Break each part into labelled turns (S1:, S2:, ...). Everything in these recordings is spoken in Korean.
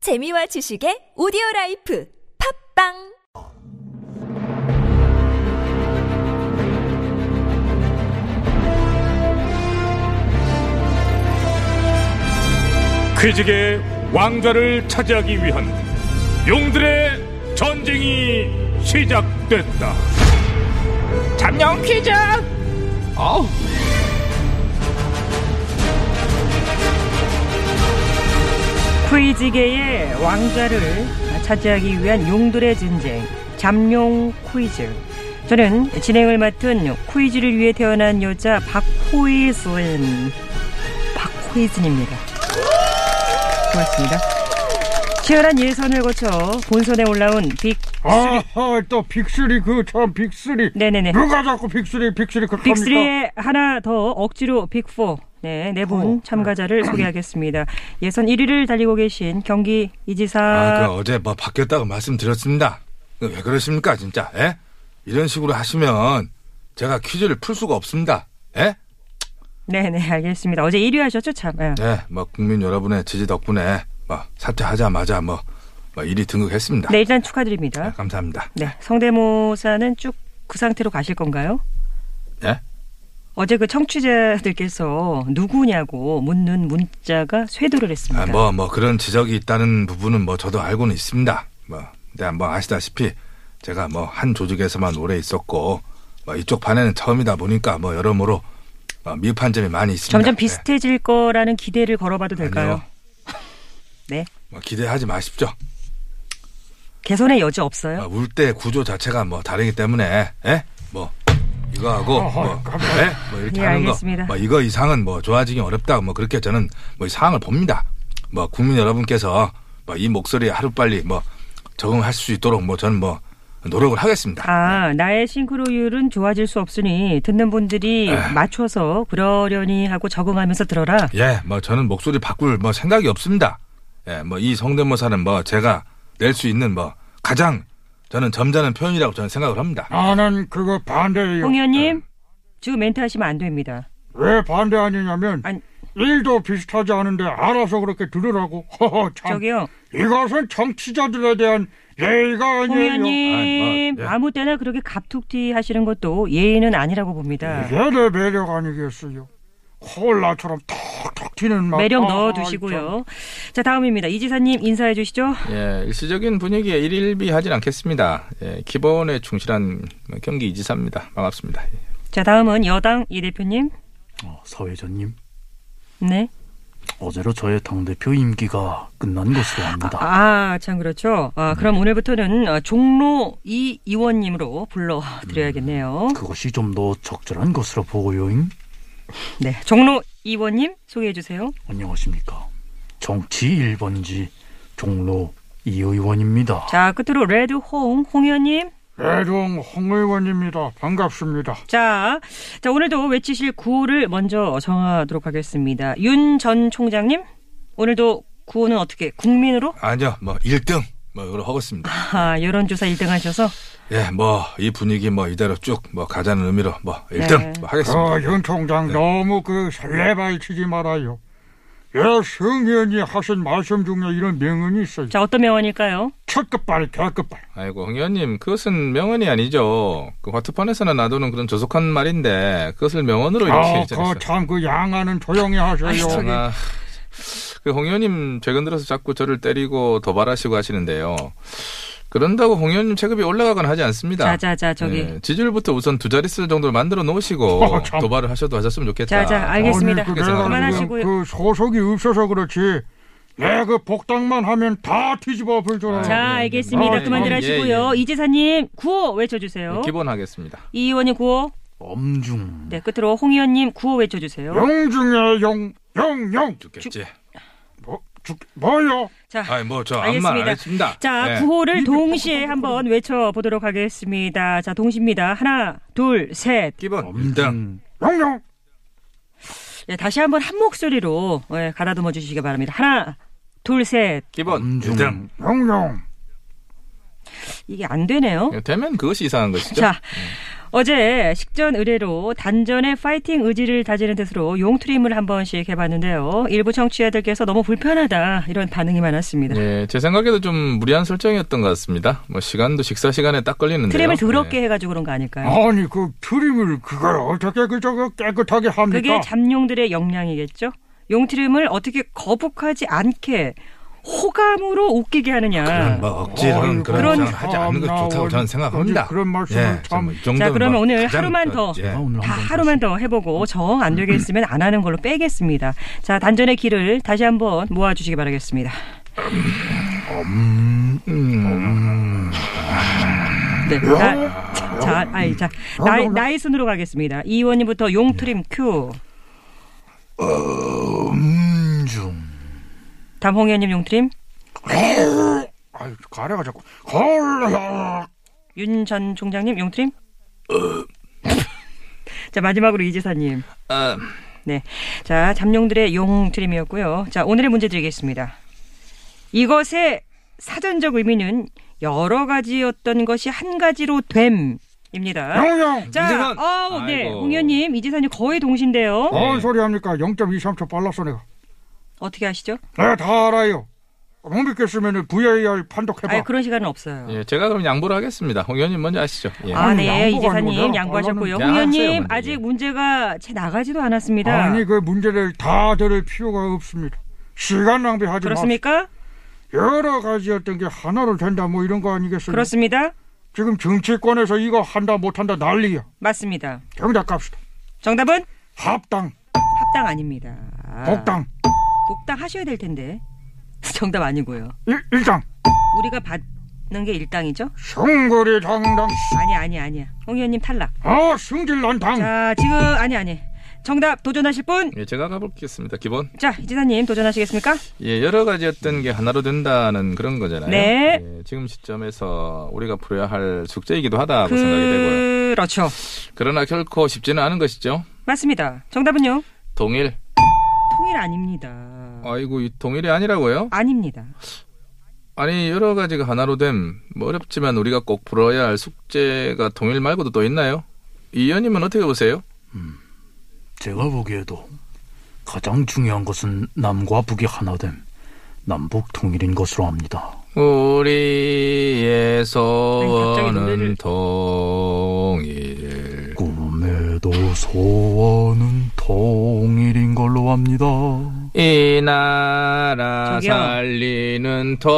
S1: 재미와 지식의 오디오 라이프 팝빵
S2: 퀴직의 왕좌를 차지하기 위한 용들의 전쟁이 시작됐다.
S3: 잠룡 퀴즈! 어우,
S4: 쿠이지계의 왕좌를 차지하기 위한 용들의 전쟁 잠룡 쿠이즈 저는 진행을 맡은 쿠이즈를 위해 태어난 여자 박호이슨 박호이슨입니다 고맙습니다 치열한 예선을 거쳐 본선에 올라온 빅
S5: 아하 또 빅스리 그 참 빅스리
S4: 네네네
S5: 누가 자꾸 빅스리 빅스리 그럽니까?
S4: 빅3에 하나 더 억지로 빅4 네, 네 분 참가자를 소개하겠습니다. 예선 1위를 달리고 계신 경기 이지사
S6: 아, 그 어제 뭐 바뀌었다고 말씀드렸습니다. 그왜 그러십니까, 진짜? 예? 이런 식으로 하시면 제가 퀴즈를 풀 수가 없습니다. 예?
S4: 네네 알겠습니다. 어제 1위 하셨죠 참. 예.
S6: 예, 뭐 국민 여러분의 지지 덕분에 뭐 사퇴하자마자 뭐, 뭐 1위 등극했습니다.
S4: 네 일단 축하드립니다.
S6: 예, 감사합니다.
S4: 네 성대모사는 쭉 그 상태로 가실 건가요?
S6: 예?
S4: 어제 그 청취자들께서 누구냐고 묻는 문자가 쇄도를 했습니다.
S6: 아, 뭐, 뭐 그런 지적이 있다는 부분은 뭐 저도 알고는 있습니다. 뭐, 근데 뭐 아시다시피 제가 뭐 한 조직에서만 오래 있었고 뭐 이쪽 반에는 처음이다 보니까 뭐 여러모로 뭐 미흡한 점이 많이 있습니다.
S4: 점점
S6: 예.
S4: 비슷해질 거라는 기대를 걸어봐도 될까요?
S6: 아니요.
S4: 네
S6: 뭐 기대하지 마십시오.
S4: 개선의 여지 없어요.
S6: 아, 울대 구조 자체가 뭐 다르기 때문에 예? 뭐 이거하고 뭐, 예? 뭐 이렇게
S4: 예,
S6: 하는
S4: 알겠습니다.
S6: 거 뭐 이거 이상은 뭐 좋아지기 어렵다 뭐 그렇게 저는 뭐이 상황을 봅니다. 뭐 국민 여러분께서 뭐 이 목소리에 하루빨리 뭐 적응할 수 있도록 뭐 저는 뭐 노력을 하겠습니다.
S4: 아, 나의 싱크로율은 좋아질 수 없으니 듣는 분들이
S6: 아.
S4: 맞춰서 그러려니 하고 적응하면서 들어라.
S6: 예, 뭐 저는 목소리 바꿀 뭐 생각이 없습니다. 예, 뭐 이 성대모사는 뭐 제가 낼 수 있는 뭐 가장 저는 점잖은 표현이라고 저는 생각을 합니다.
S5: 나는 그거
S6: 네.
S5: 반대예요
S4: 홍 의원님, 지금 멘트 하시면 안 됩니다.
S5: 왜 반대하느냐면
S4: 아니.
S5: 일도 비슷하지 않은데 알아서 그렇게 들으라고 허허
S6: 아.
S5: 참
S4: 저기요,
S5: 이것은 정치자들에 대한 예의가
S4: 홍
S5: 아니에요
S4: 의원님,
S6: 아, 뭐, 예.
S4: 아무 때나 그렇게 갑툭튀 하시는 것도 예의는 아니라고 봅니다.
S5: 이게 내 매력 아니겠어요 콜라처럼 톡톡 튀는 맛
S4: 매력
S5: 아, 참.
S4: 넣어두시고요. 자, 다음입니다. 이 지사님 인사해 주시죠.
S7: 예, 일시적인 분위기에 일일비하진 않겠습니다. 예, 기본에 충실한 경기 이지사입니다. 반갑습니다. 예.
S4: 자, 다음은 여당 이 대표님.
S8: 어, 사회자님,
S4: 네.
S8: 어제로 저의 당대표 임기가 끝난 것으로 압니다.
S4: 아, 참 그렇죠. 아,
S5: 네.
S4: 그럼 오늘부터는 어, 종로 이 의원님으로 불러드려야겠네요.
S5: 음.
S8: 그것이 좀 더 적절한 것으로 보고요잉.
S4: 네, 종로 이원님 소개해 주세요.
S8: 안녕하십니까. 정치 1번지 종로 이 의원입니다.
S4: 자, 끝으로 레드 홍, 홍 의원님.
S5: 매동 홍 의원입니다 반갑습니다
S4: 자, 자 오늘도 외치실 구호를 먼저 정하도록 하겠습니다. 윤 전 총장님, 오늘도 구호는 어떻게 국민으로?
S6: 아니요, 뭐 1등 뭐 이걸 하겠습니다.
S4: 아, 여론조사 1등 하셔서
S6: 예, 뭐, 이 분위기 뭐 이대로 쭉 뭐 가자는 의미로 뭐 1등
S4: 네.
S6: 뭐 하겠습니다.
S5: 어, 윤 총장 너무 그 설레발 치지 말아요. 예, 승 의원이 하신 말씀 중에 이런 명언이 있어요.
S4: 자 어떤 명언일까요?
S5: 첫 끝발, 개끝발.
S7: 아이고, 홍 의원님, 그것은 명언이 아니죠. 그 화투판에서나 놔두는 그런 조속한 말인데, 그것을
S4: 어,
S7: 명언으로 이렇게
S5: 아,
S7: 했잖아요.
S5: 그참그 양아는 조용히 하세요.
S7: 아, 그홍 의원님, 최근 들어서 자꾸 저를 때리고 도발하시고 하시는데요. 그런다고 홍 의원님 체급이 올라가거나 하지 않습니다.
S4: 자자자 저기.
S7: 예, 지지율부터 우선 두 자릿수 정도로 만들어 놓으시고
S5: 어, 참.
S7: 도발을 하셔도 하셨으면 좋겠다. 어,
S4: 자, 자, 알겠습니다.
S5: 아니, 그
S7: 그래서
S5: 내가 지금
S4: 그만하시고요.
S5: 그 소속이 없어서 그렇지. 내 그 복당만 하면 다 뒤집어 엎을 줄 알아.
S4: 자 알겠습니다.
S5: 아,
S4: 그만들
S7: 네. 예,
S4: 하시고요.
S7: 예. 네,
S4: 이지사님 구호 외쳐주세요.
S7: 기본하겠습니다.
S4: 이 의원님 구호.
S8: 엄중.
S4: 네 끝으로 홍 의원님 구호 외쳐주세요.
S7: 어?
S5: 용 중에 용, 용, 용.
S6: 죽겠지.
S5: 뭐, 죽, 뭐요?
S4: 자
S6: 아니, 뭐, 저 아무 말안
S4: 알겠습니다.
S6: 했습니다.
S4: 자,
S7: 네,
S6: 예.
S4: 구호를
S7: 뭐,
S4: 동시에 한번 외쳐보도록 하겠습니다. 자, 동시입니다. 하나, 둘, 셋.
S6: 기본 1등.
S8: 엄중.
S5: 용, 용.
S4: 예, 다시 한번 한 목소리로 예, 갈아듬어 주시기 바랍니다. 하나, 둘, 셋.
S7: 기본.
S8: 엄중.
S6: 일등.
S5: 용, 용.
S4: 이게 안 되네요.
S6: 예,
S7: 되면 그것이 이상한 것이죠.
S4: 자, 어제 식전 의뢰로 단전의 파이팅 의지를 다지는 뜻으로 용트림을 한 번씩 해봤는데요. 일부 청취자들께서 너무 불편하다 이런 반응이
S6: 네,
S4: 많았습니다.
S7: 예, 제 생각에도 좀 무리한 설정이었던 것 같습니다. 뭐 시간도 식사 시간에 딱 걸리는데요.
S4: 트림을 더럽게
S7: 예.
S4: 해가지고 그런 거 아닐까요?
S5: 아니 그 트림을 그걸 어떻게 그저 깨끗하게 합니까?
S4: 그게 잠룡들의 역량이겠죠. 용트림을 어떻게 거북하지 않게 호감으로 웃기게 하느냐.
S6: 그냥 뭐 억지로는
S5: 어이구,
S6: 그런
S4: 그런
S6: 상 하지 않는 것
S5: 참나,
S6: 좋다고 저는
S5: 어디
S6: 생각합니다. 예,
S5: 그런 말씀을 참.
S6: 이 정도는
S4: 자, 그러면
S6: 뭐
S4: 오늘
S6: 가장
S4: 하루만
S6: 저-
S4: 더
S6: 예.
S8: 아, 오늘
S4: 다
S8: 한번
S4: 하루만 더 해보고 정 안 되게 있으면 안 하는 걸로 빼겠습니다. 자 단전의 길을 다시 한번 모아주시기 바라겠습니다. 네, 나, 자, 자, 아이, 자, 나이, 나이 순으로 가겠습니다. 이 의원님부터 용트림 큐,
S8: 음중
S4: 담홍 의원님 용트림,
S5: 아유 가래가 자꾸 헐
S4: 윤 전 총장님 용트림. 자 마지막으로 이지사님.
S7: 아,
S4: 네. 자, 잠룡들의 용트림이었고요. 자, 오늘의 문제 드리겠습니다. 이것의 사전적 의미는 여러 가지였던 것이 한 가지로 됨입니다.
S5: 영영
S4: 자,
S7: 이재선!
S4: 어, 네.
S7: 아이고.
S4: 홍 의원님, 이지사님 거의 동신데요.
S7: 어?
S5: 뭔 소리 합니까? 0.23초 빨랐어 내가.
S4: 어떻게 아시죠?
S5: 내가 다 알아요. 못 믿겠으면 VAR 판독해봐.
S4: 아, 그런 시간은 없어요.
S7: 예, 제가 그럼 양보를 하겠습니다. 홍 의원님 먼저 하시죠. 예.
S4: 아,
S5: 아니,
S4: 네.
S5: 양보가
S4: 이지사님
S5: 아니고요.
S7: 얼른
S4: 양보하셨고요. 홍
S7: 양보하세요,
S4: 의원님,
S7: 먼저.
S4: 아직 문제가 채 나가지도 않았습니다.
S5: 아니 그 문제를 다 들을 필요가 없습니다. 시간 낭비하지 마.
S4: 그렇습니까?
S5: 여러 가지였던 게 하나로 된다 뭐 이런 거 아니겠어요?
S4: 그렇습니다.
S5: 지금 정치권에서 이거 한다 못한다 난리야.
S4: 맞습니다.
S5: 정답 갑시다.
S4: 정답은
S5: 합당,
S4: 합당 아닙니다.
S5: 복당,
S4: 복당 하셔야 될 텐데. 정답 아니고요.
S5: 일, 일당,
S4: 우리가 받는 게 일당이죠?
S5: 성거리 당당.
S4: 아니 아니 아니야. 홍 의원님 탈락.
S5: 아 승질난 당.
S4: 자 지금 아니 아니. 정답 도전하실 분.
S7: 예, 제가 가볼겠습니다. 기본.
S4: 자 이진아님 도전하시겠습니까?
S7: 예, 여러 가지였던 게 하나로 된다는 그런 거잖아요.
S4: 네.
S7: 예, 지금 시점에서 우리가 풀어야 할 숙제이기도 하다고
S4: 그
S7: 생각이 되고요.
S4: 그렇죠.
S7: 그러나 결코 쉽지는 않은 것이죠.
S4: 맞습니다. 정답은요.
S7: 동일.
S4: 통일 아닙니다.
S7: 아이고, 이 동일이 아니라고요?
S4: 아닙니다.
S7: 아니, 여러 가지가 하나로 됨. 뭐 어렵지만 우리가 꼭 풀어야 할 숙제가 동일 말고도 또 있나요? 이 의원님은 어떻게 보세요?
S8: 제가 보기에도 가장 중요한 것은 남과 북이 하나됨 남북 통일인 것으로 압니다.
S7: 우리의
S4: 갑자기 노래를.
S7: 소원은 동일.
S8: 꿈에도 소원은 통일인 걸로 압니다.
S7: 이 나라
S4: 저기요.
S7: 살리는 통.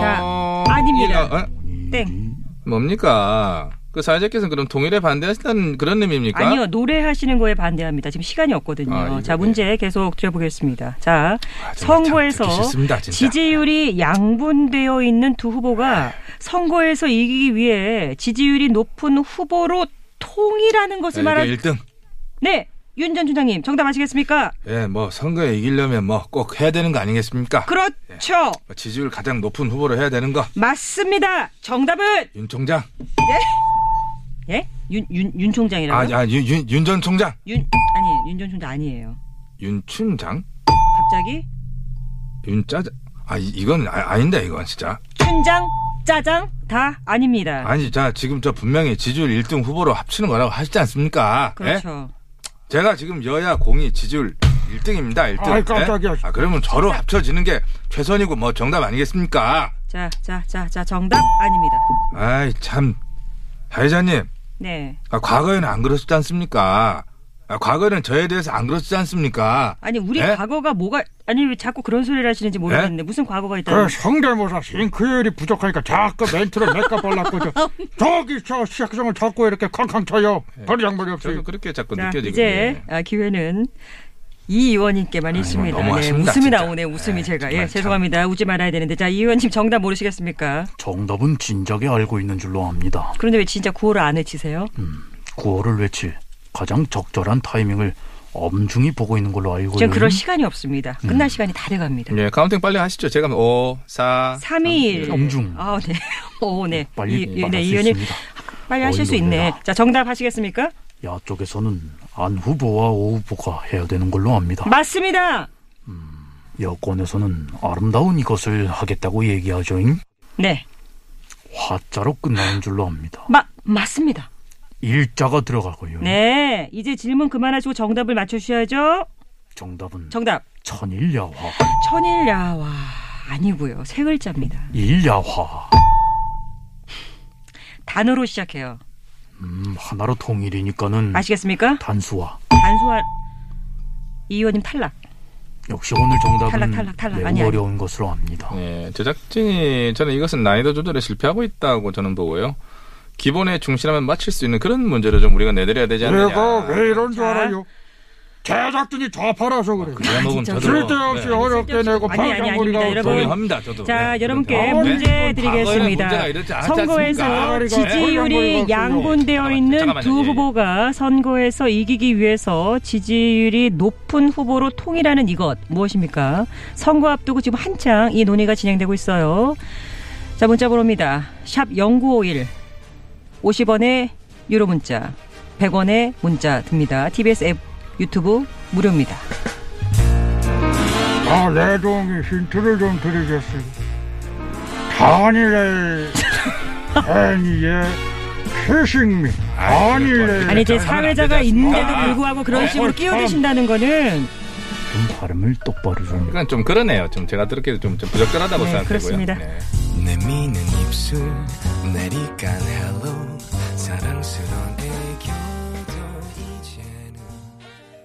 S4: 자, 아닙니다.
S7: 이거, 어?
S4: 땡.
S7: 뭡니까? 그 사회자께서는 그럼 동일에 반대하신다는 그런 의미입니까?
S4: 아니요 노래하시는 거에 반대합니다. 지금 시간이 없거든요.
S7: 아, 이거,
S4: 자
S7: 네.
S4: 문제 계속 드려보겠습니다. 자
S6: 아, 정말 참
S4: 선거에서
S6: 듣기 싫습니다, 진짜.
S4: 지지율이 양분되어 있는 두 후보가 선거에서 이기기 위해 지지율이 높은 후보로 통일하는 것을
S6: 자,
S4: 말한
S6: 예, 이게 1등.
S4: 네. 윤 전 총장님 정답 아시겠습니까?
S6: 예, 뭐 선거에 이기려면 뭐 꼭 해야 되는 거 아니겠습니까?
S4: 그렇죠.
S6: 뭐 지지율 가장 높은 후보로 해야 되는 거.
S4: 맞습니다. 정답은
S6: 윤 총장.
S4: 예? 윤 윤 윤 총장이라고요?
S6: 아, 아, 윤, 윤, 윤 전 총장.
S4: 윤 아니 윤 전 총장 아니에요.
S6: 윤춘장?
S4: 갑자기
S6: 윤짜장? 아, 이- 이건 아, 아닌데, 이건 진짜.
S4: 춘장 짜장 다 아닙니다.
S6: 아니, 예? 자, 지금 저 분명히 지지율 1등 후보로 합치는 거라고 하시지 않습니까? 예?
S4: 그렇죠.
S6: 제가 지금 여야 공이 지지율 1등입니다, 1등.
S5: 아이, 깜짝이야.
S6: 아, 그러면 저로 합쳐지는 게 최선이고 뭐 정답 아니겠습니까?
S4: 자 자 자 자 정답 아닙니다.
S6: 아이, 참. 사회자님,
S4: 네.
S6: 아, 과거에는 안 그러셨지 않습니까? 아, 과거에는 저에 대해서 안 그러셨지 않습니까?
S4: 아니 우리
S6: 예?
S4: 과거가 뭐가 아니 왜 자꾸 그런 소리를 하시는지 모르겠는데 무슨 과거가 있다는
S5: 그 성대모사 싱크율이 부족하니까 자꾸 멘트를 몇가 발랐거든. 저기 저 시작성을 자꾸 이렇게 쾅쾅 쳐요.
S4: 네.
S5: 별 양말이
S7: 저도
S5: 없어요.
S7: 그렇게 자꾸
S4: 자,
S7: 느껴지거든요.
S4: 이제
S6: 예.
S4: 아, 기회는 이 의원님께만 있습니다.
S6: 너무
S4: 네,
S6: 아쉽다,
S4: 웃음이
S6: 진짜.
S4: 나오네, 웃음이
S6: 에이,
S4: 제가.
S6: 정말
S4: 예,
S6: 참.
S4: 죄송합니다. 웃지 말아야 되는데. 자, 이 의원님 정답 모르시겠습니까?
S8: 정답은 진작에 알고 있는 줄로 압니다.
S4: 그런데 왜 진짜 구호를 안 외치세요?
S8: 구호를 외칠 가장 적절한 타이밍을 엄중히 보고 있는 걸로 알고
S4: 지금
S8: 있는
S4: 그럴 시간이 없습니다. 끝날 시간이 다 돼갑니다.
S6: 네.
S7: 예, 카운팅 빨리 하시죠. 제가
S6: 뭐,
S7: 5, 4,
S4: 3일.
S8: 엄중.
S4: 아, 네. 오, 네.
S8: 빨리
S4: 이, 이-
S8: 말할
S4: 네,
S8: 수
S4: 이 의원님
S8: 있습니다.
S4: 빨리 하실 수 있네.
S8: 어이없네요.
S4: 자, 정답 하시겠습니까?
S8: 야 쪽에서는 안 후보와 오 후보가 해야 되는 걸로 압니다.
S4: 맞습니다.
S8: 여권에서는 아름다운 이것을 하겠다고 얘기하죠잉.
S4: 네.
S8: 화자로 끝나는 줄로 압니다.
S4: 마, 맞습니다.
S8: 일자가 들어가고요.
S4: 네, 이제 질문 그만하시고 정답을 맞춰주셔야죠.
S8: 정답은
S4: 정답.
S8: 천일야화.
S4: 천일야화 아니고요. 세 글자입니다.
S8: 일야화.
S4: 단어로 시작해요.
S8: 음, 하나로 통일이니까는
S4: 아시겠습니까?
S8: 단수화.
S4: 단수한 이 의원님 탈락.
S8: 역시 오늘 정답은
S4: 탈락, 탈락, 탈락.
S8: 매우
S4: 아니, 아니.
S8: 어려운 것으로 압니다.
S6: 네, 제작진이 저는 이것은 난이도 조절에 실패하고 있다고 저는 보고요. 기본에 충실하면 맞힐 수 있는 그런 문제를 좀 우리가 내드려야 되지 않느냐.
S5: 내가 왜 이런 줄
S4: 자.
S5: 알아요? 제작진이 다 팔아서 그래.
S6: 그래야 먹으면
S4: 진짜.
S6: 저도-
S5: 쓸데없이
S6: 네,
S5: 어렵게 내고
S4: 뭐, 아니, 아니,
S5: 팔짱거리가
S4: 아닙니다. 여러분.
S6: 동의합니다, 저도.
S4: 자,
S6: 네,
S4: 여러분께
S6: 그런데.
S4: 그렇죠. 문제
S6: 과거에는
S4: 드리겠습니다.
S6: 문제가 이렇지 않았지 않습니까? 네.
S4: 선거에서
S5: 아,
S4: 지지율이
S5: 그러니까.
S4: 양분되어
S6: 잠깐만요.
S4: 있는
S6: 잠깐만요.
S4: 두
S6: 예.
S4: 후보가 선거에서 이기기 위해서 지지율이 높은 후보로 통일하는 이것 무엇입니까? 선거 앞두고 지금 한창 이 논의가 진행되고 있어요. 자, 문자 번호입니다. 샵 0951 50원의 유료 문자 100원의 문자 듭니다. TBS 앱 유튜브 무료입니다.
S5: 아, 레동이 힌트를 좀 드리겠어요. 단일의 N의 최식민. 단일의
S4: 아니 제 사회자가 있는데도
S5: 아,
S4: 불구하고 그런 식으로
S5: 어,
S4: 끼어드신다는 거는
S8: 좀 발음을 똑바로 좀.
S6: 그러니까 좀 그러네요. 좀 제가 들었기에 좀, 좀 부적절하다고
S4: 네,
S6: 생각되고요.
S4: 그렇습니다.
S6: 네.
S9: 내미는 입술 내리간 헬로 사랑스러운